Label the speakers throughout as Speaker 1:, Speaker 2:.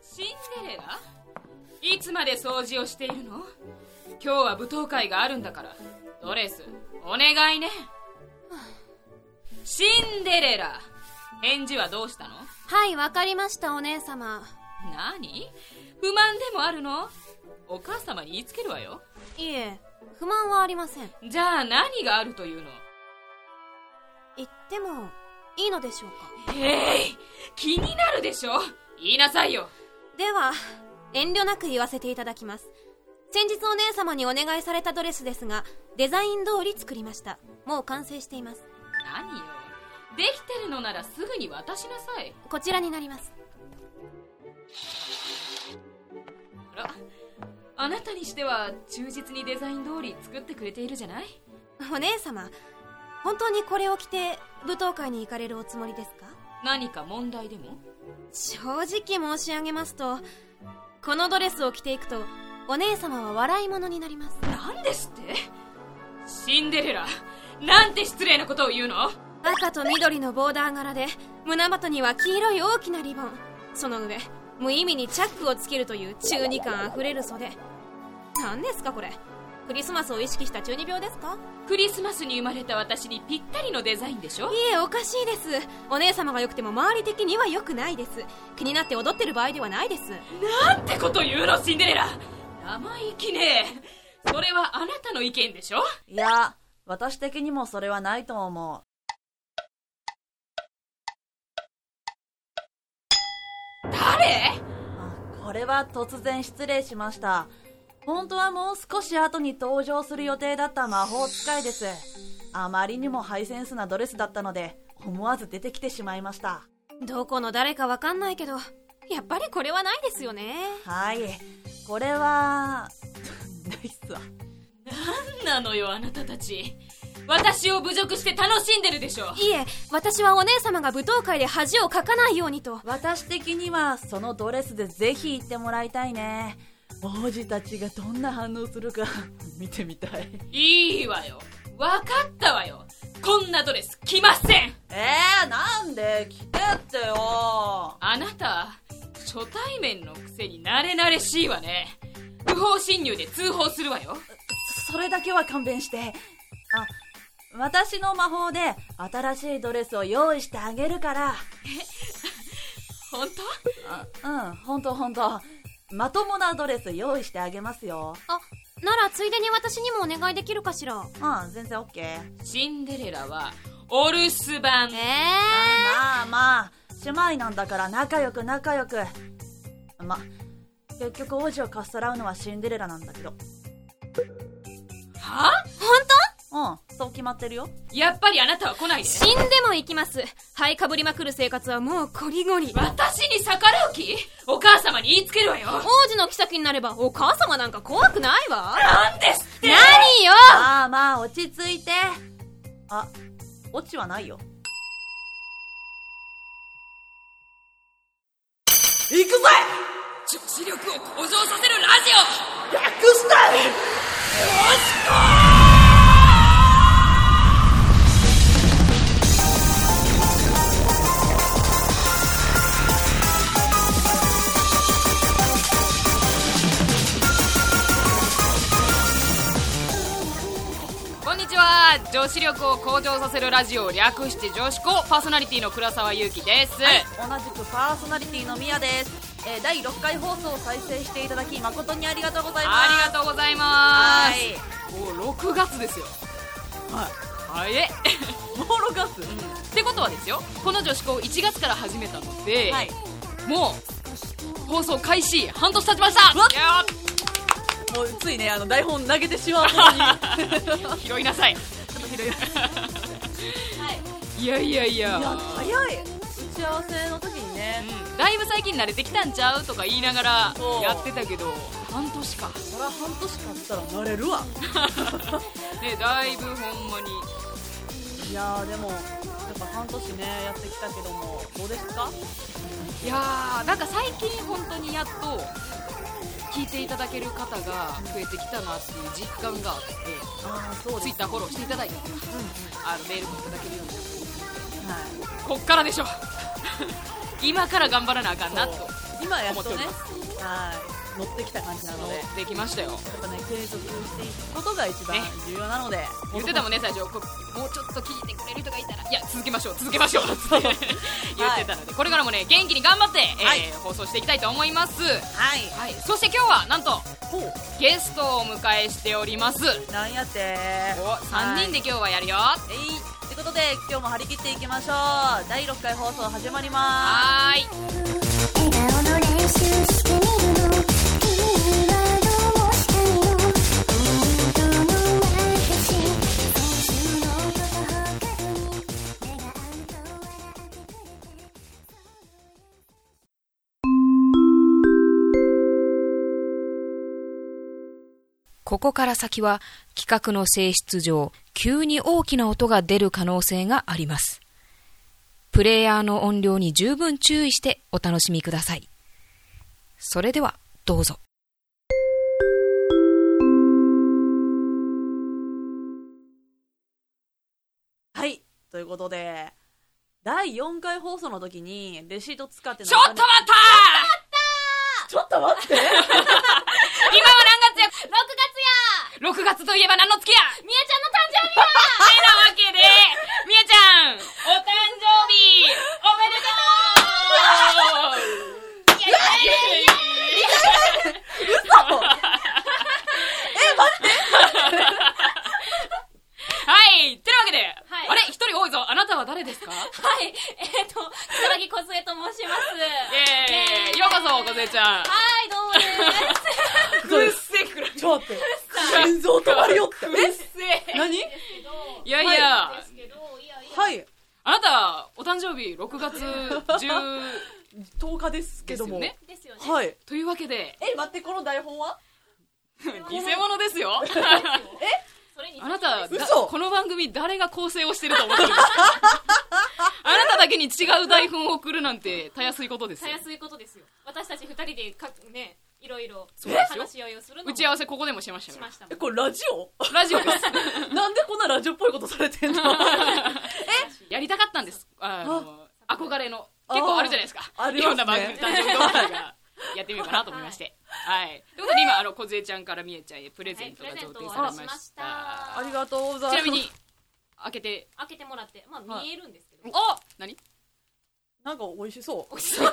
Speaker 1: セレラいつまで掃除をしているの今日は舞踏会があるんだからドレスお願いねシンデレラ返事はどうしたの
Speaker 2: はいわかりましたお姉様
Speaker 1: 何不満でもあるのお母様に言いつけるわよ
Speaker 2: いえ不満はありません
Speaker 1: じゃあ何があるというの
Speaker 2: 言ってもいいのでしょうか
Speaker 1: えい気になるでしょ言いなさいよ
Speaker 2: では遠慮なく言わせていただきます先日お姉様にお願いされたドレスですがデザイン通り作りましたもう完成しています
Speaker 1: 何よできてるのならすぐに渡しなさい
Speaker 2: こちらになります
Speaker 1: あらあなたにしては忠実にデザイン通り作ってくれているじゃない
Speaker 2: お姉様本当にこれを着て舞踏会に行かれるおつもりですか
Speaker 1: 何か問題でも
Speaker 2: 正直申し上げますとこのドレスを着ていくとお姉様は笑い者になります
Speaker 1: 何ですってシンデレラなんて失礼なことを言うの
Speaker 2: 赤と緑のボーダー柄で胸元には黄色い大きなリボンその上無意味にチャックをつけるという中二感あふれる袖何ですかこれクリスマスを意識した中二病ですか
Speaker 1: クリスマスに生まれた私にぴったりのデザインでしょ
Speaker 2: いえおかしいですお姉様が良くても周り的には良くないです気になって踊ってる場合ではないです
Speaker 1: なんてこと言うのシンデレラ生意気ねそれはあなたの意見でしょ
Speaker 3: いや私的にもそれはないと思う
Speaker 1: 誰
Speaker 3: あこれは突然失礼しました本当はもう少し後に登場する予定だった魔法使いですあまりにもハイセンスなドレスだったので思わず出てきてしまいました
Speaker 2: どこの誰かわかんないけどやっぱりこれはないですよね
Speaker 3: はいこれはないっすわ
Speaker 1: 何なのよあなたたち私を侮辱して楽しんでるでしょ
Speaker 2: いえ私はお姉様が舞踏会で恥をかかないようにと
Speaker 3: 私的にはそのドレスでぜひ行ってもらいたいね王子たちがどんな反応するか見てみたい
Speaker 1: いいわよ分かったわよこんなドレス着ません
Speaker 3: えー、なんで来てってよ
Speaker 1: あなた初対面のくせに慣れ慣れしいわね不法侵入で通報するわよ
Speaker 3: それだけは勘弁してあ私の魔法で新しいドレスを用意してあげるから
Speaker 1: 本当
Speaker 3: あうんほんとほんとまともなドレス用意してあげますよ
Speaker 2: あならついでに私にもお願いできるかしら
Speaker 3: うん全然オッケー
Speaker 1: シンデレラはお留守番
Speaker 2: え
Speaker 3: あまあまあ姉妹なんだから仲良く仲良くま結局王子をかっさらうのはシンデレラなんだけど
Speaker 1: は
Speaker 2: ー、本当
Speaker 3: うんそう決まってるよ
Speaker 1: やっぱりあなたは来ないで
Speaker 2: 死んでも行きます灰かぶりまくる生活はもうこりごり
Speaker 1: 私に逆らう気お母様に言いつけるわよ
Speaker 2: 王子の妃になればお母様なんか怖くないわ
Speaker 1: なんですって
Speaker 2: 何よ
Speaker 3: まあまあ落ち着いてあ落ちはないよ
Speaker 4: 行くぜ
Speaker 1: 女子力を向上させるラジ
Speaker 4: 略して
Speaker 1: オこんにちは女子力を向上させるラジオ略して女子校パーソナリティの倉沢祐希です、
Speaker 3: 同じくパーソナリティのミヤです、えー第6回放送を再生していただき誠にありがとうございます
Speaker 1: ありがとうございますもう6月ですよはい 早え
Speaker 3: はいもう6月
Speaker 1: ってことはですよこの女子校1月から始めたので、
Speaker 3: はい
Speaker 1: もう放送開始半年経ちました
Speaker 3: わっ
Speaker 1: や
Speaker 3: もうついねあの台本投げてしまうのに
Speaker 1: ー拾いなさいちょっと拾いな さいいやいやいや
Speaker 3: いや 早い打ち合わせの時にね
Speaker 1: うんだいぶ最近慣れてきたんちゃうとか言いながら
Speaker 3: そう
Speaker 1: やってたけど半年か
Speaker 3: そら半年経ったら慣れるわ
Speaker 1: ねだいぶほんまに
Speaker 3: いやーでもやっぱ半年ねやってきたけどもどうですか
Speaker 1: いやーなんか最近本当にやっと聞いていただける方が増えてきたなっていう実感があって
Speaker 3: ああそう
Speaker 1: ツ
Speaker 3: で
Speaker 1: イ
Speaker 3: す
Speaker 1: ッターフォローしていただいて、あのメールもいただけるようになって
Speaker 3: はい
Speaker 1: こっからでしょ今から頑張らなあかんなと
Speaker 3: 今やっとね
Speaker 1: 思っておりま
Speaker 3: はい乗ってきた感じなのでやっ
Speaker 1: できましたよ
Speaker 3: ぱね継続していくことが一番
Speaker 1: ね
Speaker 3: 重要なので、
Speaker 1: 言ってたもんね最初こもうちょっと聞いてくれる人がいたらいや続けましょう続けましょうって言ってたので、これからもね元気に頑張って、えー
Speaker 3: はい
Speaker 1: 放送していきたいと思います
Speaker 3: はい
Speaker 1: はいそして今日はなんと
Speaker 3: ほう
Speaker 1: ゲストをお迎えしております
Speaker 3: なんやって
Speaker 1: お3人で今日はやるよ
Speaker 3: えいということで今日も張り切っていきましょう第6回放送始まりま
Speaker 1: はーい
Speaker 5: 笑顔の練習してみるの君はどうしたいの本当の私先週のこと他に目が合うと笑ってくれて
Speaker 6: ここから先は企画の性質上、急に大きな音が出る可能性があります。プレイヤーの音量に十分注意してお楽しみください。それでは、どうぞ。
Speaker 3: すはいということで第4回放送の時にレシート使って
Speaker 1: ちょっと待った
Speaker 3: ちょっと待って
Speaker 1: 今は何月や ?6 月や !6 月といえば何の月やみやちゃんの誕生日やてなわけで、みやちゃん、お誕生日、おめでとうイエーイはいてなわけで、
Speaker 2: はい
Speaker 1: あれ一人多いぞあなたは誰ですか
Speaker 2: はい、えっ、と、草薙小杖と申します。
Speaker 1: えー、ようこそ、小瀬ちゃん。
Speaker 2: はい、どうもです。
Speaker 1: うっせえくらい。
Speaker 3: ちょっと待って心臓止まるよってえ何
Speaker 1: いやいや、
Speaker 3: はい
Speaker 1: あなた、お誕生日6月10
Speaker 3: 10日ですけ
Speaker 1: です
Speaker 3: ど
Speaker 1: よ
Speaker 3: も、
Speaker 1: ね。
Speaker 2: ですよね。
Speaker 3: はい
Speaker 1: というわけで、
Speaker 3: え待ってこの台本は
Speaker 1: 偽物ですよ。
Speaker 2: それに
Speaker 1: あなた、だ
Speaker 3: 嘘
Speaker 1: この番組誰が構成をしてると思ってるんですかあなただけに違う台本を送るなんて、たやすいことです
Speaker 2: た
Speaker 1: よ
Speaker 2: や。すいことですよ。私たち二人でか、ね、いろいろ
Speaker 1: うですよ
Speaker 2: 話し合いをするのも
Speaker 1: 打ち合わせここでもしました
Speaker 2: し
Speaker 1: よ。
Speaker 2: ましたも
Speaker 3: え
Speaker 2: ん。
Speaker 3: これラジオ
Speaker 1: ラジオです。
Speaker 3: なんでこんなラジオっぽいことされてんの
Speaker 1: やりたかったんです。あの、憧れの。
Speaker 3: あー
Speaker 1: 結構あるじゃないですか。
Speaker 3: ありますね
Speaker 1: いろんな番組、誕生日動画が。やってみようかなと思いま して。はい。ということで今、あの、小杖ちゃんからみえちゃんへプレゼントが
Speaker 2: はいプレゼン
Speaker 1: 贈
Speaker 2: トを
Speaker 1: 呈されまし
Speaker 2: あ
Speaker 1: た
Speaker 3: あ。りがとうございます
Speaker 1: ちなみに、開けて、
Speaker 2: 開けてもらって、まあ
Speaker 3: はい
Speaker 2: 見えるんですけど。
Speaker 1: お何
Speaker 3: なんか美味しそう
Speaker 1: 何何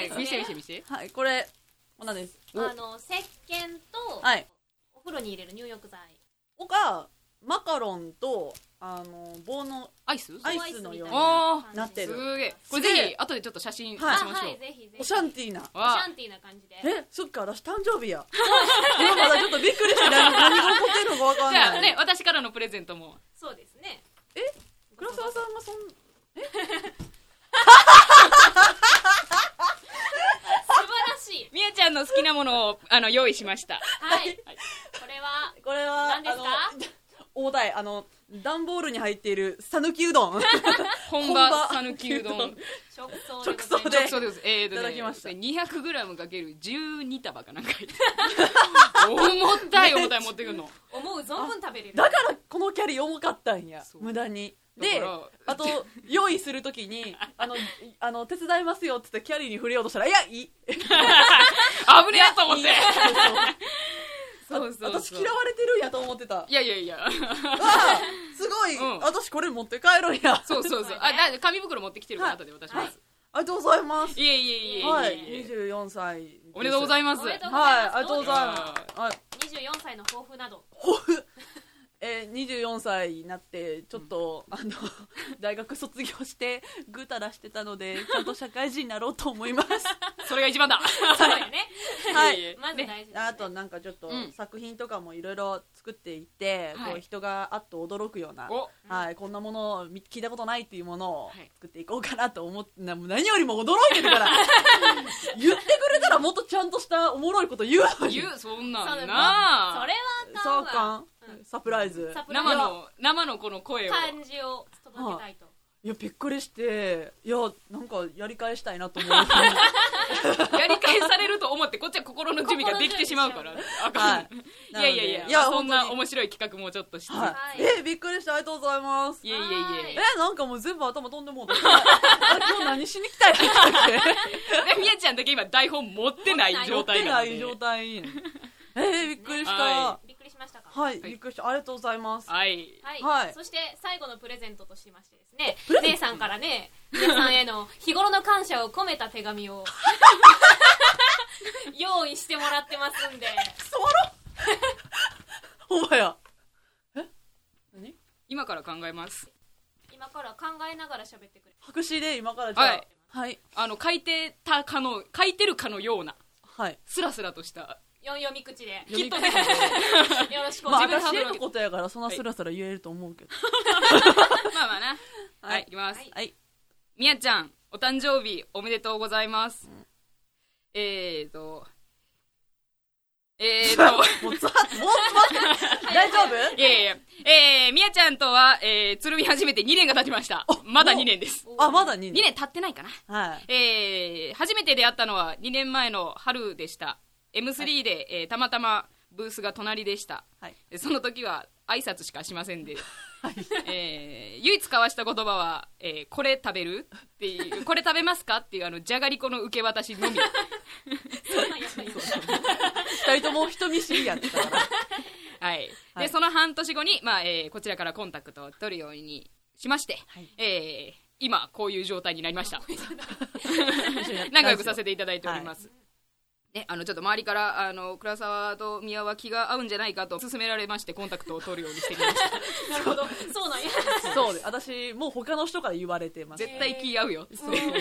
Speaker 2: あ
Speaker 1: 何見せて見せて見せて。
Speaker 3: はいこれこんなんです
Speaker 1: お
Speaker 2: あの、石鹸と、
Speaker 3: はい
Speaker 2: お風呂に入れる入浴剤。
Speaker 3: ここがマカロンとあの棒の
Speaker 1: アイス
Speaker 3: アイスのよう
Speaker 1: な
Speaker 2: 感じ
Speaker 3: なって
Speaker 1: す
Speaker 3: る
Speaker 1: げえ。これぜひ、後でちょっと写真出し
Speaker 2: あ、
Speaker 1: ま
Speaker 3: はい
Speaker 1: しょう。
Speaker 2: はい、ぜひぜひ。
Speaker 3: オシャンティーな
Speaker 2: おシ
Speaker 1: わ
Speaker 2: ャンティーな感じで。
Speaker 3: えそっか私誕生 日や今まだちょっとびっくりして何何が起こってるのかわかん
Speaker 1: じゃ
Speaker 3: な
Speaker 1: あ
Speaker 3: い
Speaker 1: ね、私からのプレゼントも。
Speaker 2: そうですね。
Speaker 3: 倉沢さんがそん
Speaker 2: 素晴らしい。
Speaker 1: みえちゃんの好きなものを、あの、用意しました。
Speaker 2: はい。これは、
Speaker 3: これは
Speaker 2: 何ですか
Speaker 3: あの大台あの段ボールに入っている讃岐うどん
Speaker 1: 本
Speaker 3: 本場
Speaker 1: 場讃岐うどん。
Speaker 2: 直送で
Speaker 3: 直
Speaker 2: ござい
Speaker 1: 直送
Speaker 2: ます。
Speaker 3: 送で
Speaker 1: です。えーとね、
Speaker 3: いただきました
Speaker 1: 200グラムかける12束かなんか入って。 重たい重たい持ってくんの。
Speaker 2: 思う存分食べれる。
Speaker 3: だからこのキャリー重かったんや
Speaker 1: そう
Speaker 3: 無駄に
Speaker 1: だ
Speaker 3: で
Speaker 1: から
Speaker 3: あと用意するときにあのあの手伝いますよって言ってキャリーに触れようとしたらいやいい
Speaker 1: 危ねえと思って。そうそうそう
Speaker 3: 私嫌われてるんやと思ってたわ
Speaker 1: いやいやいや。
Speaker 3: あすごい、
Speaker 1: うん
Speaker 3: 私これ持って帰るんや
Speaker 1: そうそうそう。あ、だ紙袋持ってきてるから、
Speaker 3: はい
Speaker 1: 後で渡します。
Speaker 3: ありがとうございます
Speaker 1: いえいえいえいえ。
Speaker 3: はい
Speaker 1: え
Speaker 3: 24歳です
Speaker 1: おめでとうございます
Speaker 2: お。めでとうご
Speaker 3: はい
Speaker 2: ざいます。
Speaker 3: ありがとうございますはい
Speaker 2: 24歳の抱負など。
Speaker 3: ほふえー、24歳になってちょっと、あの 大学卒業してぐうたらしてたのでちゃんと社会人になろうと 思います
Speaker 1: それが一番だ。
Speaker 2: そうだよね。
Speaker 3: はい
Speaker 1: ええ
Speaker 2: まず大事
Speaker 3: あ
Speaker 2: だ
Speaker 3: と
Speaker 2: ね。
Speaker 3: なんかちょっと
Speaker 1: うん
Speaker 3: 作品とかもいろいろ作っていって、
Speaker 1: はい
Speaker 3: こう人があっと驚くような、
Speaker 1: お、
Speaker 3: はい、こんなものを見聞いたことないっていうものを
Speaker 1: はい
Speaker 3: 作っていこうかなと思ってなもう何よりも驚いてるから 言ってくれたらもっとちゃんとしたおもろいこと言うのに
Speaker 1: 言う、そんな
Speaker 2: それ
Speaker 1: ん
Speaker 2: は
Speaker 1: な。
Speaker 2: そ
Speaker 3: そう
Speaker 2: れはあ
Speaker 3: か
Speaker 2: かんわ
Speaker 3: んサプライズ
Speaker 2: サプライズ
Speaker 1: 生の、生のこの声を。
Speaker 2: 感じを届けたいと。
Speaker 3: いやびっくりしていやなんかやり返したいなと思う
Speaker 1: やり返されると思ってこっちは心の準備ができてしまうからあかん、
Speaker 3: はいい、
Speaker 1: やいやいや
Speaker 3: いや
Speaker 1: そんな
Speaker 3: 本当に
Speaker 1: 面白い企画もちょっとして、
Speaker 3: はいい、えびっくりしたありがとうございます
Speaker 1: い、やいやい
Speaker 3: え
Speaker 1: や
Speaker 3: なんかもう全部頭飛んで もうたあ今日何しに来たんやったっ
Speaker 1: でみやちゃんだけ今台本持ってない
Speaker 3: け
Speaker 1: 状態なの
Speaker 3: 持ってない
Speaker 1: で
Speaker 3: 状態えー、びっくりした
Speaker 1: は
Speaker 3: は
Speaker 2: びっくりしましたか
Speaker 3: い、びっくりしたありがとうございます
Speaker 1: はい
Speaker 2: はい、
Speaker 3: はい
Speaker 2: そして最後のプレゼントとしましてですね姉さんからね皆さんへの日頃の感謝を込めた手紙 を用意してもらってますんで
Speaker 3: ほんまや
Speaker 1: 今から考えます
Speaker 2: 今から考えながら喋ってくれ
Speaker 3: 白紙で今からじゃあ
Speaker 1: はい
Speaker 3: はい
Speaker 1: あの書いてたかの書いてるかのような
Speaker 3: はい
Speaker 1: スラスラとした
Speaker 2: 四読み口でよ
Speaker 1: きっと
Speaker 3: 読み
Speaker 1: ね
Speaker 2: ろしくお
Speaker 3: まあ
Speaker 2: 願いします、
Speaker 3: 私へのことやからそんなスラスラ言えると思うけど
Speaker 1: まあまあな はい、い、きます、
Speaker 3: はい
Speaker 1: みやちゃん、お誕生日おめでとうございます。えーと、えー と、
Speaker 3: もうざもう待って大丈夫
Speaker 1: いやいやいや、えー、みやちゃんとは、えー、つるみ始めて2年が経ちました。まだ2年です。
Speaker 3: あまだ
Speaker 1: 2
Speaker 3: 2年
Speaker 1: 年経ってないかな。
Speaker 3: はい
Speaker 1: えー、初めて出会ったのは2年前の春でした。M3 で、えーたまたまブースが隣でした。
Speaker 3: はい
Speaker 1: その時は挨拶しかしませんで、えー唯一交わした言葉は、えーこれ食べるっていう、これ食べますかっていう、あの、じゃがりこの受け渡しのみ。
Speaker 3: 二人とも人見知りやってたから
Speaker 1: はい。で、
Speaker 3: はい
Speaker 1: その半年後に、まあ、えーこちらからコンタクトを取るようにしまして、
Speaker 3: はい
Speaker 1: えー今、こういう状態になりま した。
Speaker 3: 一緒にやってたんですよ
Speaker 1: 仲良くさせていただいております。ね、あのちょっと周りからあの倉沢と宮は気が合うんじゃないかと勧められましてコンタクトを取るようにしてきました
Speaker 2: なるほどそうなんや
Speaker 3: そうです私もう他の人から言われてま す
Speaker 1: 絶対気合うよ
Speaker 3: そうそう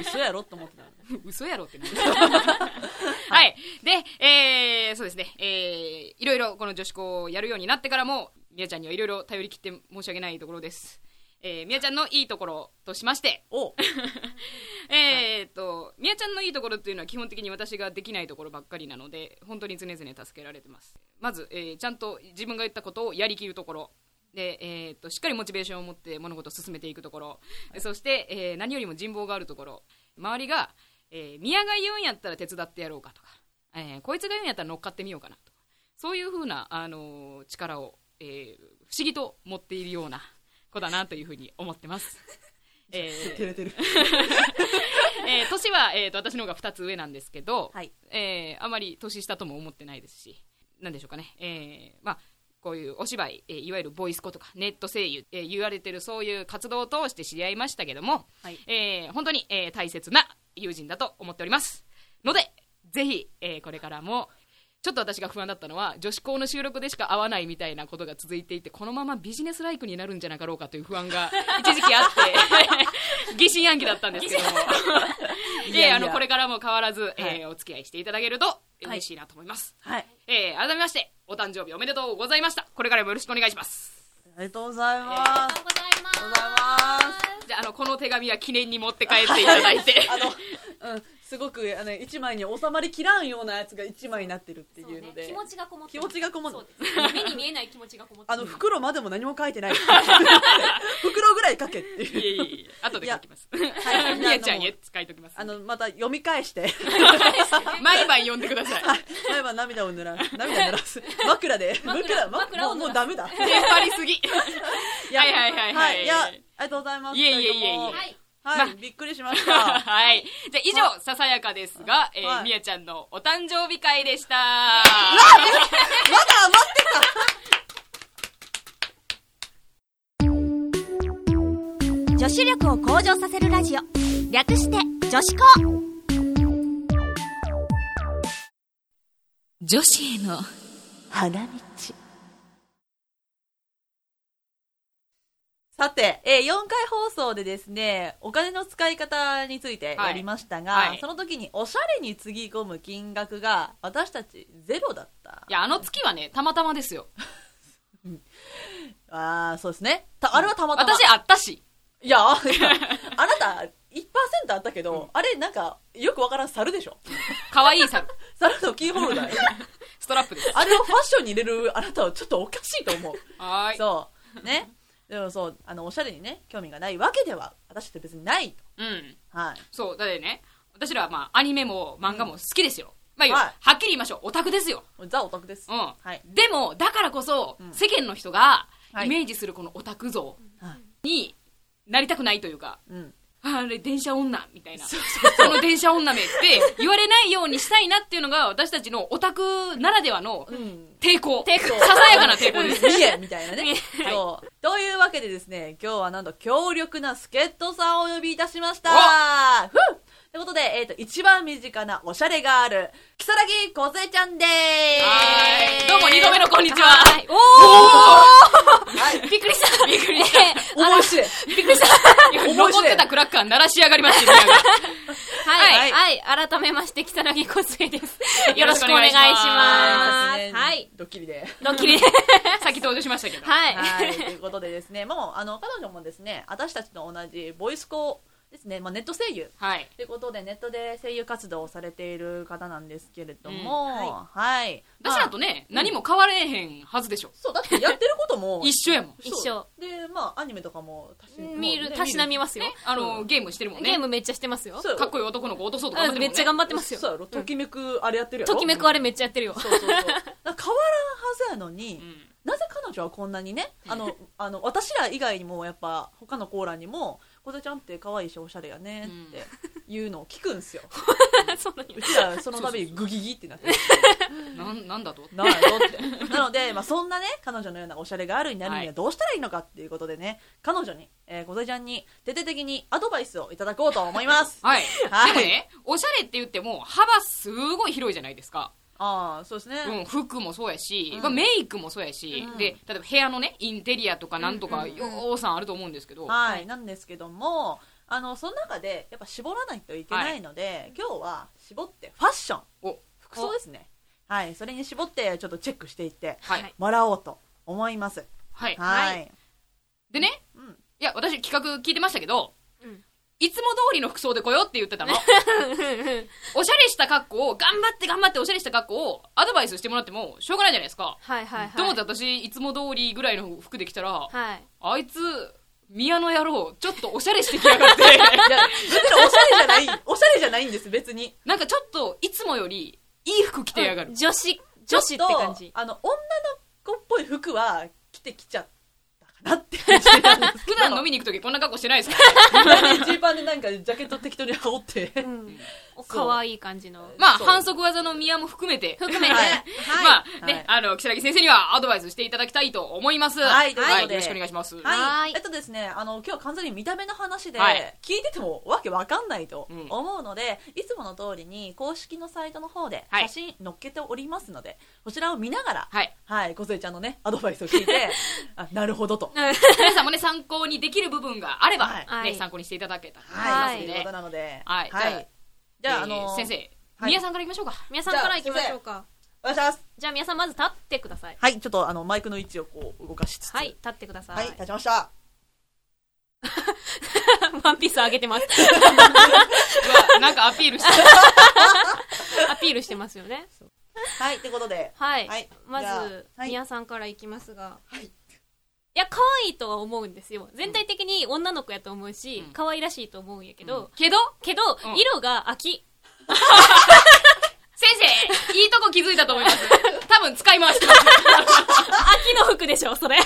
Speaker 3: 一緒やろって思ってた の
Speaker 1: 嘘やろってなるはい。で、えー、そうですね、えー、いろいろこの女子校をやるようになってからも、みやちゃんにはいろいろ頼りきって申し訳ないところです。えー、みやちゃんのいいところとしまして、
Speaker 3: お
Speaker 1: えーっと、みやちゃんのいいところっていうのは基本的に私ができないところばっかりなので、本当に常々助けられてます。まず、えーちゃんと自分が言ったことをやりきるところ。で、えーっと、しっかりモチベーションを持って物事を進めていくところ。そして、えー何よりも人望があるところ。周りが、えー宮が言うんやったら手伝ってやろうかとか、えーこいつが言うんやったら乗っかってみようかなとか、そういうふうな、あのー力を、えー不思議と持っているような子だなというふうに思ってます。えー
Speaker 3: 照れてる
Speaker 1: えー年は、えー、と私の方が2つ上なんですけど、
Speaker 7: はい
Speaker 1: えーあまり年下とも思ってないですし、なんでしょうかね、えーまあ、こういうお芝居、えーいわゆるボイスコとかネット声優、えー言われてるそういう活動を通して知り合いましたけども、
Speaker 3: はい
Speaker 1: えー本当に、えー大切な友人だと思っております。ので、ぜひ、えーこれからも、ちょっと私が不安だったのは、女子校の収録でしか会わないみたいなことが続いていて、このままビジネスライクになるんじゃなかろうかという不安が一時期あって、疑心暗鬼だったんですけども。
Speaker 3: い
Speaker 1: で、
Speaker 3: やいや
Speaker 1: あの、これからも変わらず、
Speaker 3: はい
Speaker 1: えーお付き合いしていただけると嬉しいなと思います。
Speaker 3: はい
Speaker 1: えー改めまして、お誕生日おめでとうございました。これからもよろしくお願いします。
Speaker 3: ありがとうござい
Speaker 2: ご
Speaker 3: ます
Speaker 2: ざいます
Speaker 3: ありがとうございます
Speaker 1: じゃあ、あの、この手紙は記念に持って帰っていただいて。
Speaker 3: あの、うん、すごくあの一枚に収まりきらんようなやつが一枚になってるっていうので
Speaker 2: 気持ちがこもって
Speaker 3: 気持ちがこもって
Speaker 2: そうです目に見えない気持ちがこもって
Speaker 3: あの袋までも何も書いて ない袋ぐらい書けって
Speaker 1: いえい
Speaker 3: いう
Speaker 1: えいえ、後で書きます。
Speaker 3: はい
Speaker 1: みやちゃんへ使いときます。
Speaker 3: あのまた読み返して
Speaker 1: 毎晩呼んでください。
Speaker 3: 前は涙を濡らす涙濡ら す枕で
Speaker 2: 枕
Speaker 3: 枕ま
Speaker 2: 枕を
Speaker 3: もうもうダメだ
Speaker 1: テンパりす ぎ。はいはいはいは。
Speaker 3: はいいいやありがとうございます
Speaker 1: いえいえいえいえ
Speaker 3: 二人とも
Speaker 2: はい
Speaker 3: はいびっくりしました
Speaker 1: はい。じゃあ、以上、ささやかですが、え
Speaker 3: は
Speaker 1: ー、
Speaker 3: い
Speaker 1: みやちゃんのお誕生日会でした。
Speaker 3: まだ余ってた
Speaker 5: 女子力を向上させるラジオ略して女子校
Speaker 8: 女子への
Speaker 7: 花道
Speaker 3: さて、えー、4回放送でですね、お金の使い方についてやりましたが、
Speaker 1: はいはい
Speaker 3: その時におしゃれにつぎ込む金額が私たちゼロだった
Speaker 1: い。や、あの月はね、たまたまですよ。
Speaker 3: ああ、そうですね。たあれはたまたま。
Speaker 1: 私、あったし。
Speaker 3: いや、 あいやあなた1%あったけど、あれなんかよくわからん猿でしょ
Speaker 1: 可愛い猿。
Speaker 3: 猿のキーホルダー。
Speaker 1: ストラップです。
Speaker 3: あれをファッションに入れるあなたはちょっとおかしいと思う。
Speaker 1: はーい。
Speaker 3: そう。ね。でもそう、あの、おしゃれにね、興味がないわけでは、私って別にないと。
Speaker 1: うん。
Speaker 3: はい。
Speaker 1: そう、だってね、私らはまあ、アニメも漫画も好きですよ。まあ、
Speaker 3: はい
Speaker 1: はっきり言いましょう。オタクですよ。
Speaker 3: ザオタクです。
Speaker 1: うん。
Speaker 3: はい。
Speaker 1: でも、だからこそ、
Speaker 3: ん
Speaker 1: 世間の人が、
Speaker 3: はい
Speaker 1: イメージするこのオタク像
Speaker 3: はい
Speaker 1: になりたくないというか、
Speaker 3: うん。
Speaker 1: あれ、電車女みたいな。その電車女めって言われないようにしたいなっていうのが、私たちのオタクならではの
Speaker 3: うん。
Speaker 1: 抵抗。ささやかな抵抗です。
Speaker 3: 見えみたいなね。そう。というわけでですね、今日はなんと強力な助っ人さんをお呼びいたしました。ふうということで、えっ、と、一番身近なおしゃれガール、木更木小ちゃんでー
Speaker 1: はーい。
Speaker 3: す。
Speaker 1: どうも、二度目のこんにちは。
Speaker 2: はい。お
Speaker 3: はい
Speaker 2: ーびっくりした。びっくりした。
Speaker 3: 面白い。
Speaker 2: びっくりした。
Speaker 1: 残ってたクラッカー鳴らし上がりまして、みんな
Speaker 2: はい。はい。改めまして、北木小杉です。よろしくお願いしま
Speaker 3: です
Speaker 2: す。
Speaker 3: ね
Speaker 2: はい。。
Speaker 3: ドッキリで。
Speaker 2: ドッキリ。
Speaker 1: が。さっき登場しましたけど。
Speaker 2: は
Speaker 3: はいい。。ということでですね、もう、あの、彼女もですね、私たちと同じボイスコですね、まあ、ネット声優
Speaker 1: はい。
Speaker 3: ということで、ネットで声優活動をされている方なんですけれど
Speaker 1: う
Speaker 3: も、はい。
Speaker 1: 私らとね、何も変われへんはずでしょ。
Speaker 3: そう、だって やってることも
Speaker 1: 一緒やもん。
Speaker 2: 一緒。
Speaker 3: で、まあ、アニメとかも、たし
Speaker 2: 見る、
Speaker 3: もうね
Speaker 2: たしなみますよ
Speaker 1: ね。、あの、ゲームしてるもんね。
Speaker 2: ゲームめっちゃしてますよ。
Speaker 3: そう
Speaker 1: かっこいい男の子落とそうとか
Speaker 2: あめっちゃ頑
Speaker 1: 張
Speaker 2: 張ってますよ
Speaker 3: そう。やろ、ときめく、あれやってるやろ。
Speaker 2: ときめくあれめっちゃやってるよ。
Speaker 3: そうそうそう。だから変わらんはずやのに、
Speaker 1: うん
Speaker 3: なぜ彼女はこんなにね、あの、あの、私ら以外にも、やっぱ、他のコーラにも、小手ちゃんって可愛いし、おしゃれやねって言うのを聞く んすよ。
Speaker 2: そうなんよ
Speaker 3: うちら、その度にグギギってなってる。
Speaker 1: なん、なんだと
Speaker 3: なるよ って。なので、まあ、そんなね、彼女のようなおしゃれがあるになるに
Speaker 1: は
Speaker 3: はいどうしたらいいのかっていうことでね、彼女に、えー、小手ちゃんに、徹底的にアドバイスをいただこうと思い ます。
Speaker 1: はい。
Speaker 3: はい
Speaker 1: でもね、おしゃれって言っても、幅すごい広いじゃないですか。
Speaker 3: ああ、そうですね。
Speaker 1: うん、服もそうやし、まあメイクもそうやし、
Speaker 3: うん
Speaker 1: で、例えば部屋のね、インテリアとかなんとか、ようさんあると思うんですけど、
Speaker 3: はい、なんですけども、あの、その中で、やっぱ絞らないといけないので、今日は絞って、ファッション、
Speaker 1: お、
Speaker 3: 服装ですね。はい、それに絞って、ちょっとチェックしていって
Speaker 1: はい。
Speaker 3: もらおうと思います。
Speaker 1: はい。
Speaker 3: はい。
Speaker 1: でね、
Speaker 3: うん
Speaker 1: いや、私企画聞いてましたけど、
Speaker 2: うん
Speaker 1: いつも通りの服装で来ようって言ってたの。おしゃれした格好を、頑張って頑張っておしゃれした格好をアドバイスしてもらってもしょうがないじゃないですか。
Speaker 2: はいはいはい。
Speaker 1: と思って私、いつも通りぐらいの服で来たら、
Speaker 2: はい。
Speaker 1: あいつ、宮の野郎、ちょっとおしゃれしてきやが って、
Speaker 3: いや、別におしゃれじゃない、おしゃれじゃないんです、別に。
Speaker 1: なんかちょっといつもよりいい服着てやがる。
Speaker 2: 女子、女子って感
Speaker 3: ちょっ
Speaker 2: じ。
Speaker 3: とあの、女の子っぽい服は着てきちゃったかなって 感じなんですけ
Speaker 1: 普
Speaker 3: ど。
Speaker 1: 段飲みに行くときこんな格好してないですか
Speaker 3: みジーパンでなんかジャケット適当に羽織 って。
Speaker 2: うん。お可愛い感じの。
Speaker 1: まあ、
Speaker 3: そう
Speaker 1: 反則技の宮も含めて、
Speaker 2: 含めて。
Speaker 3: はい
Speaker 1: まあ
Speaker 3: は
Speaker 1: ね
Speaker 3: い、
Speaker 1: あの、木更木先生にはアドバイスしていただきたいと思います。
Speaker 3: はいということで
Speaker 1: よろしくお願いします。
Speaker 3: は
Speaker 2: はいい。
Speaker 3: えっとですね、あの、今日は完全に見た目の話で、
Speaker 1: はい
Speaker 3: 聞いててもわけわかんないと
Speaker 1: うん
Speaker 3: 思うので、いつもの通りに公式のサイトの方で
Speaker 1: はい
Speaker 3: 写真載っけておりますので、こちらを見ながら、
Speaker 1: はい。
Speaker 3: はい、小杉ちゃんのね、アドバイスを聞 いて、あなるほどと。
Speaker 1: 皆さんもね、参考にできる部分があれば、
Speaker 2: はい
Speaker 1: ね、参考にしていただけたらと思いま
Speaker 3: は
Speaker 1: す
Speaker 3: い、
Speaker 1: の
Speaker 3: と
Speaker 1: で、
Speaker 3: いうことなので、
Speaker 1: はい
Speaker 3: じゃあ、あ
Speaker 1: えー
Speaker 3: の
Speaker 1: 先生、
Speaker 3: はい
Speaker 1: 宮さんからいきましょうか。
Speaker 2: 皆さんから行きましょうか。
Speaker 3: お願いします。
Speaker 2: じゃあ皆さんまず立ってください。
Speaker 3: はい、ちょっとあの、マイクの位置をこう、動かしつつ。
Speaker 2: はい、 立ってくださ
Speaker 3: はいい、。立ちました。
Speaker 2: ワンピース上げてます。
Speaker 1: うわなんかアピールしてる。
Speaker 2: アピールしてますよね。
Speaker 3: はい、ということで、
Speaker 2: はい。
Speaker 3: はい
Speaker 2: ま
Speaker 3: じゃ
Speaker 2: ず、
Speaker 3: あはい
Speaker 2: 宮さんから行きますが。い。や、可愛いとは思うんですよ。全体的に女の子やと思うし、
Speaker 1: ん
Speaker 2: 可愛らしいと思うんやけど、
Speaker 1: けど、
Speaker 2: けど、
Speaker 1: うん
Speaker 2: 色が秋。
Speaker 1: 先生、いいとこ気づいたと思います。 多分使い回してます。
Speaker 2: 秋の服でしょ、それ。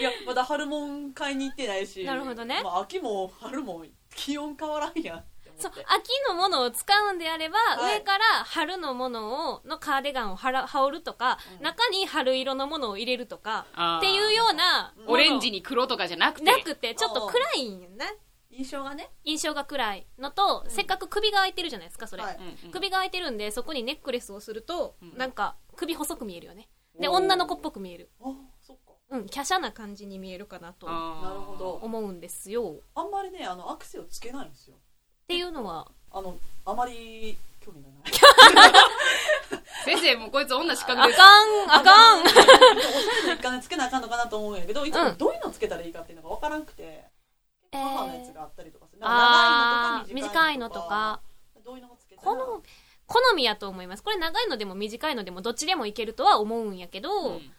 Speaker 3: いや、まだ春もん買いに行ってないし。
Speaker 2: なるほどね
Speaker 3: まあ、秋も春も気温変わらんやんって思
Speaker 2: そう
Speaker 3: っ、て。
Speaker 2: 秋のものを使うんであれば、
Speaker 3: はい
Speaker 2: 上から春のものを、のカーディガンをはら羽織るとか、中に春色のものを入れるとか、
Speaker 1: あー
Speaker 2: っていうような、
Speaker 1: オレンジに黒とかじゃなくて。
Speaker 2: なくて、ちょっと暗いんよね。
Speaker 3: 印象がね。
Speaker 2: 印象が暗いのと、せっかく首が空いてるじゃないですか、それ。
Speaker 3: はい
Speaker 1: うんうん
Speaker 2: 首が空いてるんで、そこにネックレスをすると、
Speaker 1: ん
Speaker 2: なんか、首細く見えるよね。で、
Speaker 3: おー
Speaker 2: 女の子っぽく見える。
Speaker 3: あ、そっか。
Speaker 2: うん、華奢な感じに見えるかなと
Speaker 1: あー
Speaker 3: なるほど。
Speaker 2: 思うんですよ。っ
Speaker 3: あんまりね、あの、アクセをつけないんですよ。
Speaker 2: ていうのは、
Speaker 3: あの、あまり興味が ない。
Speaker 1: 先生、もうこいつ女失
Speaker 2: あ
Speaker 1: 格
Speaker 2: か
Speaker 1: です。
Speaker 2: ん、あかん
Speaker 3: おしゃれの一環でつけなあかんのかなと思うんやけど、いつも
Speaker 2: うん
Speaker 3: どういうのつけたらいいかっていうのがわからんくて、
Speaker 2: え
Speaker 3: 母のやつ
Speaker 2: ー
Speaker 3: があったりとかする。
Speaker 2: あ
Speaker 3: なん
Speaker 2: ー
Speaker 3: か
Speaker 2: 短いのとか、、
Speaker 3: どういうのがつけたら
Speaker 2: この、好みやと思います。これ長いのでも短いのでもどっちでもいけるとは思うんやけど、
Speaker 1: うん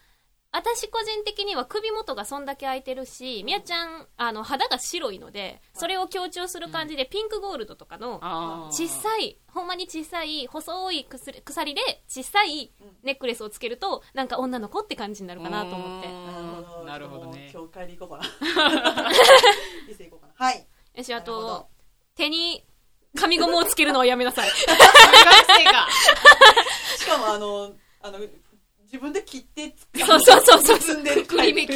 Speaker 2: 私個人的には首元がそんだけ開いてるし、みやちゃん、あの、肌が白いので、それを強調する感じで、ピンクゴールドとかの、
Speaker 1: あー
Speaker 2: 小さい、ほんまに小さい、細いくすり鎖で、小さいネックレスをつけると、なんか女の子って感じになるかなと思って
Speaker 1: う。ーんなるほどね
Speaker 3: 今日帰り行こうかな。
Speaker 7: 見せていこうかな。はい。
Speaker 2: よし、あと、手に、紙ゴムをつけるのはやめなさ い。
Speaker 1: 学生か
Speaker 3: しかもあの、あの、自分で切って作
Speaker 2: そうそうそうそう。
Speaker 3: 包んでる
Speaker 1: くり目汚い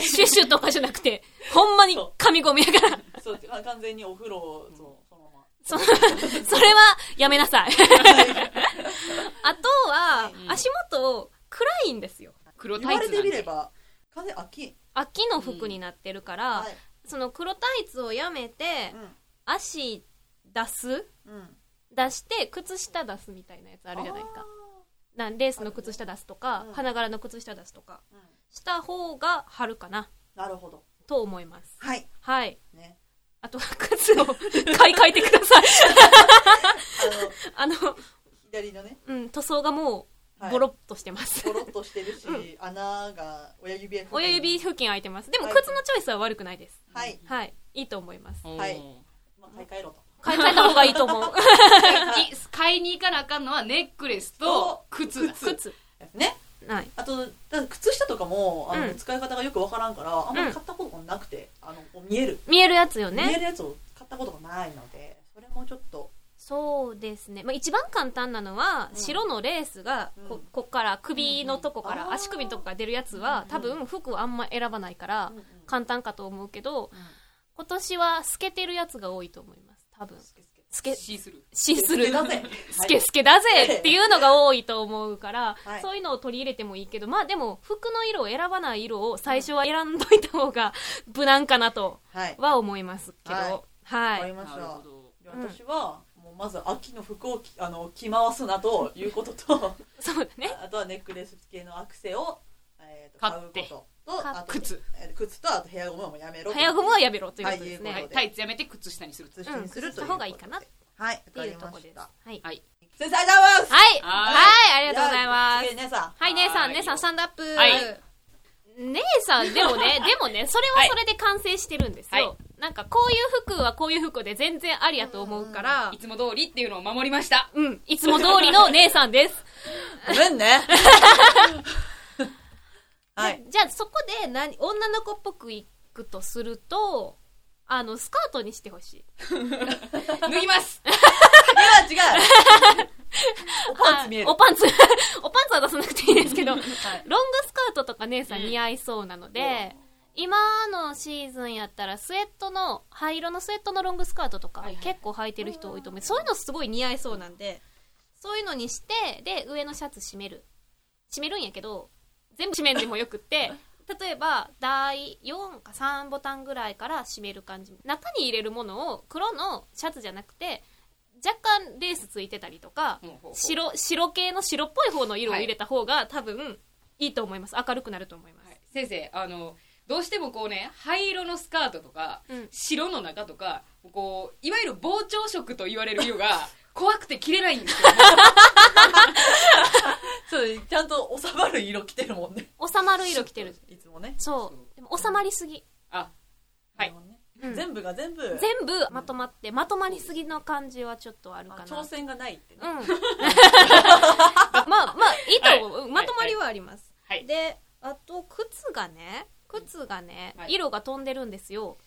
Speaker 2: シュッシュとかじゃなくて、ほんまに紙ゴムやから。
Speaker 3: そう、あ完全にお風呂を、そう、そのまま。
Speaker 2: そそれはやめなさい。 あとは、足元、暗いんですよ。
Speaker 1: 黒
Speaker 3: 言
Speaker 1: タイ
Speaker 3: われ
Speaker 1: ツな
Speaker 3: て
Speaker 1: ん
Speaker 3: みれ
Speaker 1: で
Speaker 3: ば、完全に秋。
Speaker 2: 秋の服になってるから、
Speaker 3: はい。
Speaker 2: その黒タイツをやめて、足出す
Speaker 3: うん。うん。
Speaker 2: 出して、靴下出すみたいなやつあるじゃないですか。なんレースの靴下出すとか、
Speaker 3: うん
Speaker 2: 花柄の靴下出すとか、
Speaker 3: うん
Speaker 2: した方が春かな、
Speaker 3: なるほど。
Speaker 2: と思います。
Speaker 3: はい。
Speaker 2: はい。
Speaker 3: ね。
Speaker 2: あとは靴 を買い替えてください。
Speaker 3: あの、
Speaker 2: あの、
Speaker 3: 左のね、
Speaker 2: うん、塗装がも
Speaker 3: は
Speaker 2: う、
Speaker 3: い
Speaker 2: ボロっとしてます。
Speaker 3: ゴロっとしてるし、穴が親指や
Speaker 2: 親指付近空いてます。でも
Speaker 3: はい
Speaker 2: 靴のチョイスは悪くないです。
Speaker 3: はい。
Speaker 2: はい。いいと思います。
Speaker 1: おー
Speaker 3: はいまあ、買い替えろと。
Speaker 2: 買い替えた方がいいと思う。
Speaker 1: き買いに行かなあかんのはネックレスと
Speaker 3: と
Speaker 1: 靴だ
Speaker 2: 靴。
Speaker 3: ね。
Speaker 2: はい。
Speaker 3: あと、だから靴下とかも、あの、
Speaker 2: うん
Speaker 3: 使い方がよくわからんから、あんまり買ったことがなくて、あの、こう見える、
Speaker 2: 見えるやつよ
Speaker 3: 見え
Speaker 2: ね。
Speaker 3: るやつを買ったことがないので、それもちょっと、
Speaker 2: そうですね。まあ、一番簡単なのは、
Speaker 3: うん
Speaker 2: 白のレースがこ、
Speaker 3: うん
Speaker 2: こっから、首のとこか
Speaker 3: うんう
Speaker 2: ら、
Speaker 3: ん
Speaker 2: 足首のとこから出るやつは、多分服あんま選ばないから
Speaker 3: うんうん、
Speaker 2: 簡単かと思うけど、今年は透けてるやつが多いと思います。多分。
Speaker 3: スケスケ。
Speaker 2: 透け、
Speaker 1: シースルー
Speaker 2: シースルー。
Speaker 3: だぜ。
Speaker 2: スケスケだぜっていうのが多いと思うから、
Speaker 3: はい
Speaker 2: そういうのを取り入れてもいいけど、まあでも、服の色を選ばない色を最初は選んどいた方 が無難かなと
Speaker 3: はい。
Speaker 2: は思いますけど、は
Speaker 3: わ
Speaker 2: い。
Speaker 3: かりまし
Speaker 1: な
Speaker 3: た。
Speaker 1: るほど
Speaker 3: で私は、もうまず秋の服を着あの着回すなということ と
Speaker 2: そうだね。
Speaker 3: あとはネックレス系のアクセを、えーと
Speaker 1: 買
Speaker 3: 買
Speaker 1: っ
Speaker 3: う
Speaker 1: て
Speaker 3: ことと
Speaker 2: 買っ
Speaker 3: あと
Speaker 1: 靴
Speaker 3: えー靴とあとヘアゴムはもうやめろと
Speaker 2: 早ゴムはやめろということです
Speaker 3: は
Speaker 2: ね。
Speaker 1: はいいタイツやめて靴下にすると
Speaker 3: 靴下にする
Speaker 2: うん
Speaker 3: とい
Speaker 2: し
Speaker 3: うことで、
Speaker 2: た方がいいかな
Speaker 3: はい
Speaker 2: って
Speaker 3: わか
Speaker 2: い
Speaker 3: り
Speaker 2: うと
Speaker 3: ま
Speaker 2: こ
Speaker 3: し
Speaker 2: です。
Speaker 3: た
Speaker 2: はい。はい。
Speaker 1: はい
Speaker 3: 先生ありがとうございます
Speaker 2: はい、ありがとうございま
Speaker 3: や
Speaker 2: す
Speaker 3: 次。ねさ
Speaker 2: はい、姉さ
Speaker 1: は
Speaker 2: ん、
Speaker 1: い
Speaker 2: 姉さん、スタンドアップ。
Speaker 1: はい
Speaker 2: 姉さん、でも ね、でもね、それはそれで完成してるんですよ。
Speaker 1: は
Speaker 2: なんか、こういう服はこういう服で全然ありやと思うから、
Speaker 1: いつも通りっていうのを守りました
Speaker 2: うん、いつも通りの姉さんです。
Speaker 3: ごめ んね はい
Speaker 2: でじゃあそこで何、女の子っぽくいくとすると、あの、スカートにしてほしい。
Speaker 1: 脱ぎます
Speaker 3: 違う違うおパンツ見える
Speaker 2: あおパンツ、おパンツは出さなくていいですけど、ロングスカートとか姉さん似合いそうなので、今のシーズンやったらスウェットの、灰色のスウェットのロングスカートとか
Speaker 1: はいはい
Speaker 2: 結構履いてる人多いと思う。そういうのすごい似合いそうなんで、そういうのにして、で、上のシャツ締める。締めるんやけど、全部締めんでもよくって、例えば、第4か3ボタンぐらいから締める感じ。中に入れるものを黒のシャツじゃなくて、若干レースついてたりとか
Speaker 1: ほうほうほ、う
Speaker 2: 白、白系の白っぽい方の色を入れた方が多分いいと思います。明るくなると思います。
Speaker 1: はい先生あのどうしてもこうね灰色のスカートとか、
Speaker 2: うん
Speaker 1: 白の中とかこういわゆる膨張色と言われる色 が怖くて着れないんですよ
Speaker 3: そうちゃんと収まる色着てるもんね
Speaker 2: 収まる色着てる。
Speaker 3: いつもね
Speaker 2: そう。でも収まりすぎ。
Speaker 1: あはい
Speaker 3: なるほどね
Speaker 2: うん
Speaker 3: 全部が全部
Speaker 2: 全部まとまって、まとまりすぎの感じはちょっとあるか
Speaker 3: あ
Speaker 2: な。
Speaker 3: 挑戦がないってね
Speaker 2: うん。まあまあ、いいと思う。まとまりはあります。
Speaker 1: はい
Speaker 2: で、あと、靴がね、靴がね、
Speaker 1: はい
Speaker 2: 色が飛んでるんですよ。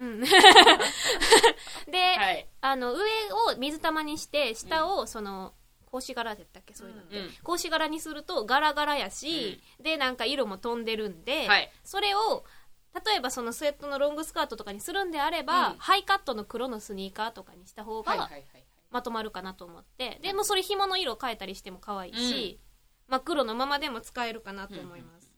Speaker 2: うん。で、
Speaker 1: はい
Speaker 2: あの、上を水玉にして、下をその、格子柄だったっけそういうのって、
Speaker 1: うん
Speaker 2: 格子柄にするとガラガラやし、でなんか色も飛んでるんで、
Speaker 1: はい
Speaker 2: それを例えばそのスウェットのロングスカートとかにするんであれば、
Speaker 1: うん
Speaker 2: ハイカットの黒のスニーカーとかにした方
Speaker 1: はいは
Speaker 2: が
Speaker 1: いはい
Speaker 2: まとまるかなと思ってでもうそれ紐の色変えたりしても可愛いし、真っ黒のままでも使えるかなと思います、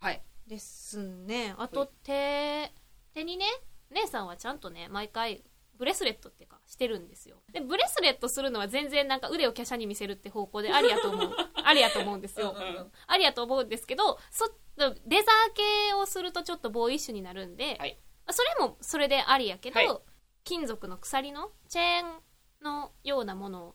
Speaker 1: はい
Speaker 2: ですねあと手手にね姉さんはちゃんとね毎回ブレスレットっていうかしてるんですよでブレスレットするのは全然なんか腕を華奢に見せるって方向でありやと思うありやと思うんですよありやと思うんですけどそデザー系をするとちょっとボーイッシュになるんで、
Speaker 1: はい
Speaker 2: それもそれでありやけど、
Speaker 1: はい
Speaker 2: 金属の鎖のチェーンのようなもの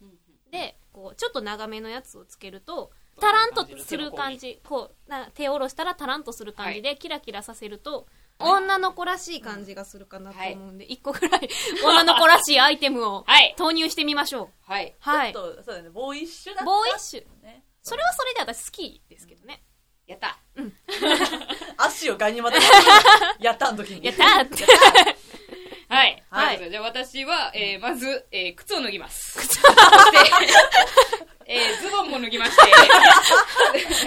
Speaker 2: でこうちょっと長めのやつをつけるとタランとする感じこうな手を下ろしたらタランとする感じで、キラキラさせると女の子らしい感じがするかなと思うんで、一個ぐらい 女の子らしいアイテムを
Speaker 1: はい
Speaker 2: 投入してみましょう
Speaker 1: はい
Speaker 2: はい
Speaker 3: ちょっと、そうだね、ボーイッシュだった。
Speaker 2: ボーイッシュ
Speaker 3: ね
Speaker 2: それはそれで私好きですけどね
Speaker 1: やった
Speaker 3: 足をガ ニ股でやったん時に。
Speaker 2: やったーって
Speaker 1: はい、
Speaker 3: はい
Speaker 1: ということでじゃあ私は、えー、まず、えー、靴を脱ぎますそして、 えー、ズボンも脱ぎま してス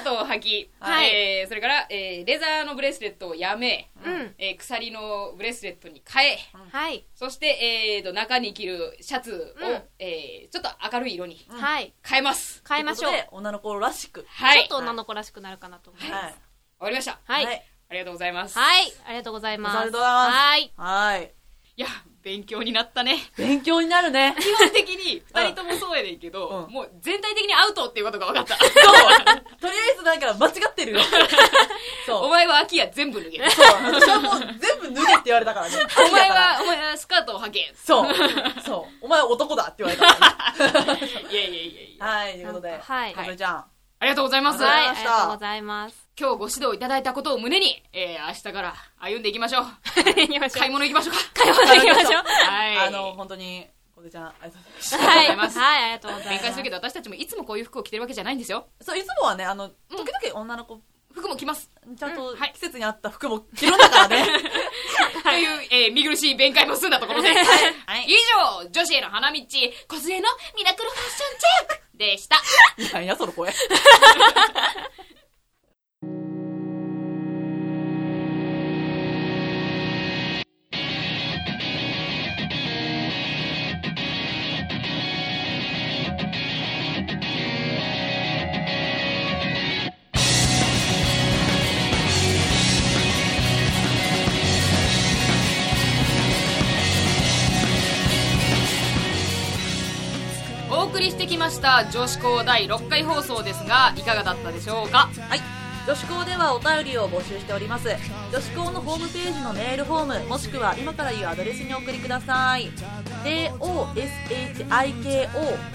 Speaker 1: カートを履き、
Speaker 2: はい
Speaker 1: えーそれから、えー、レザーのブレスレットをやめ、
Speaker 2: うん
Speaker 1: えー鎖のブレスレットに変え
Speaker 2: はい
Speaker 1: そして、えー、と中に着るシャツを、
Speaker 2: うん
Speaker 1: えーちょっと明るい色に
Speaker 2: はい
Speaker 1: 変えます、
Speaker 2: 変えましょう
Speaker 3: ということで女の子らしく。
Speaker 1: はい
Speaker 2: ちょっと女の子らしくなるかなと思います
Speaker 3: はい。
Speaker 1: わかりました
Speaker 2: はい
Speaker 3: は
Speaker 2: はい
Speaker 3: い。
Speaker 1: ありがとうございます、
Speaker 2: ありがとうございます
Speaker 3: ありがとうございます
Speaker 2: はい
Speaker 3: はい。
Speaker 1: いや勉強になった ね
Speaker 3: 勉強になるね。
Speaker 1: 基本的に2人ともそうやねんけど、
Speaker 3: うん
Speaker 1: もう全体的にアウトっていうことが分かった
Speaker 3: とりあえずなんか間違っ てるよ。そう。
Speaker 1: お前は 秋や全部脱げ
Speaker 3: そう。私はもう全部脱げって言われたからね。
Speaker 1: お前はお前はスカートを履け
Speaker 3: そう。そう。お前男だって言われたからね。
Speaker 1: いやいやいやいや
Speaker 3: はい、ということで。
Speaker 2: はい
Speaker 3: かぶちゃん。
Speaker 1: ありがとうございます、
Speaker 2: はい
Speaker 3: あ
Speaker 2: あ
Speaker 3: り
Speaker 2: りが
Speaker 3: がと
Speaker 2: と
Speaker 3: う
Speaker 2: う
Speaker 3: ご
Speaker 2: ございます
Speaker 1: 今日ご指導いただいたことを胸に、えー、明日から歩んでいきましょう
Speaker 2: 行きましょう
Speaker 1: 買い物行きましょうか
Speaker 2: 買い物行きましょう
Speaker 1: はい
Speaker 3: あの、本当に、かぶちゃん、ありがとうございました。
Speaker 2: は
Speaker 1: あ
Speaker 2: い
Speaker 1: りがとうございます
Speaker 2: はいありがとうござい
Speaker 1: 展
Speaker 2: ます
Speaker 1: 開するけど私たちもいつもこういう服を着てるわけじゃないんですよ
Speaker 3: そう、いつもはね、あの、時々女の子、
Speaker 1: 服も着ます、
Speaker 3: ちゃんと
Speaker 1: うんはい
Speaker 3: 季節に合った服も着るんだからね。
Speaker 1: という、えー、見苦しい弁解も済んだところで、
Speaker 3: はい
Speaker 1: 以上女子への花道コスレのミラクルファッションチェックで した
Speaker 3: なんや、その声。
Speaker 1: お送りしてきました女子校第6回放送ですがいかがだったでしょうか
Speaker 3: はい。女子校ではお便りを募集しております。女子校のホームページのメールフォーム、もしくは今から言うアドレスにお送りください。joshiko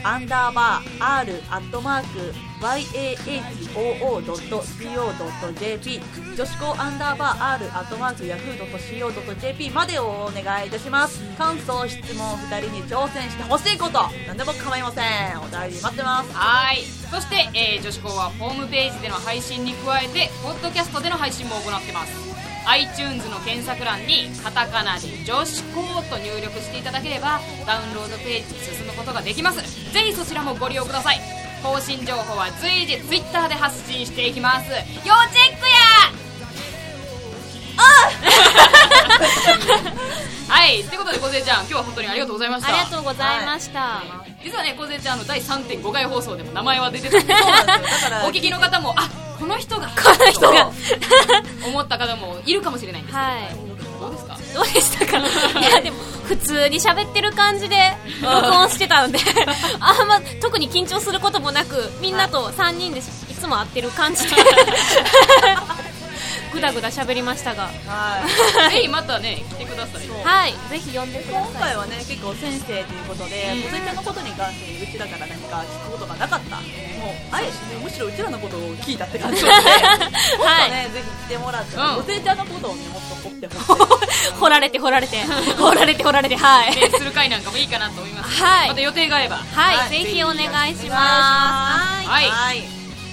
Speaker 3: アンダーバー r アットマーク yahoo.co.jp 女子校アンダーバー r アットマーク yahoo.co.jp までお願いいたします。感想、質問、二人に挑戦してほしいこと、何でも構いません。お便り待ってます。
Speaker 1: はいそして、えー女子校はホームページでの配信に加えてポッドキャストでの配信も行ってます iTunes の検索欄にカタカナで「女子校」と入力していただければダウンロードページに進むことができますぜひそちらもご利用ください更新情報は随時 Twitter で発信していきます要チェックや あ はいということで梢ちゃん今日は本当にありがとうございました
Speaker 2: ありがとうございました、
Speaker 1: 実はね梢ちゃんあの第3.5回放送でも名前は出てたんで
Speaker 3: そうなんですよ。だから
Speaker 1: お聞きの方もあこの人がこ
Speaker 2: の人が
Speaker 1: 思った方もいるかもしれないんです
Speaker 2: はい
Speaker 1: けどどうですか
Speaker 2: どうでした かいやでも普通に喋ってる感じで録音してたので あんま特に緊張することもなくみんなと3人でしいつも会ってる感 じでぐだぐだ喋りましたが
Speaker 3: はい。
Speaker 1: ぜひまたね来てください
Speaker 2: はいぜひ呼んでくだ
Speaker 3: 今
Speaker 2: さい
Speaker 3: 回はね結構先生ということで小関ちゃんのことに関してうちらから何か聞くことがなかったもうあえてねむしろうちらのことを聞いたって感じなのでもっとね、ぜひ来てもらって
Speaker 1: うん
Speaker 3: 小関ちゃんのことをねもっと掘ってほしい
Speaker 2: 掘られて掘られて掘られて掘られてはい
Speaker 1: メールする回なんかもいいかなと思います
Speaker 2: はい
Speaker 1: また予定があれば
Speaker 2: はい、
Speaker 3: はい
Speaker 2: ぜひお願いします
Speaker 1: はい
Speaker 3: はい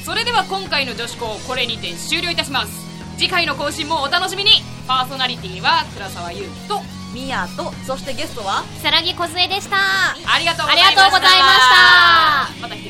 Speaker 1: それでは今回の女子校これにて終了いたします次回の更新もお楽しみにパーソナリティは倉沢優
Speaker 3: とミヤとそしてゲストは
Speaker 2: さらぎこずえでした
Speaker 1: ありがとうございました
Speaker 2: ありがとうございました
Speaker 1: また来てください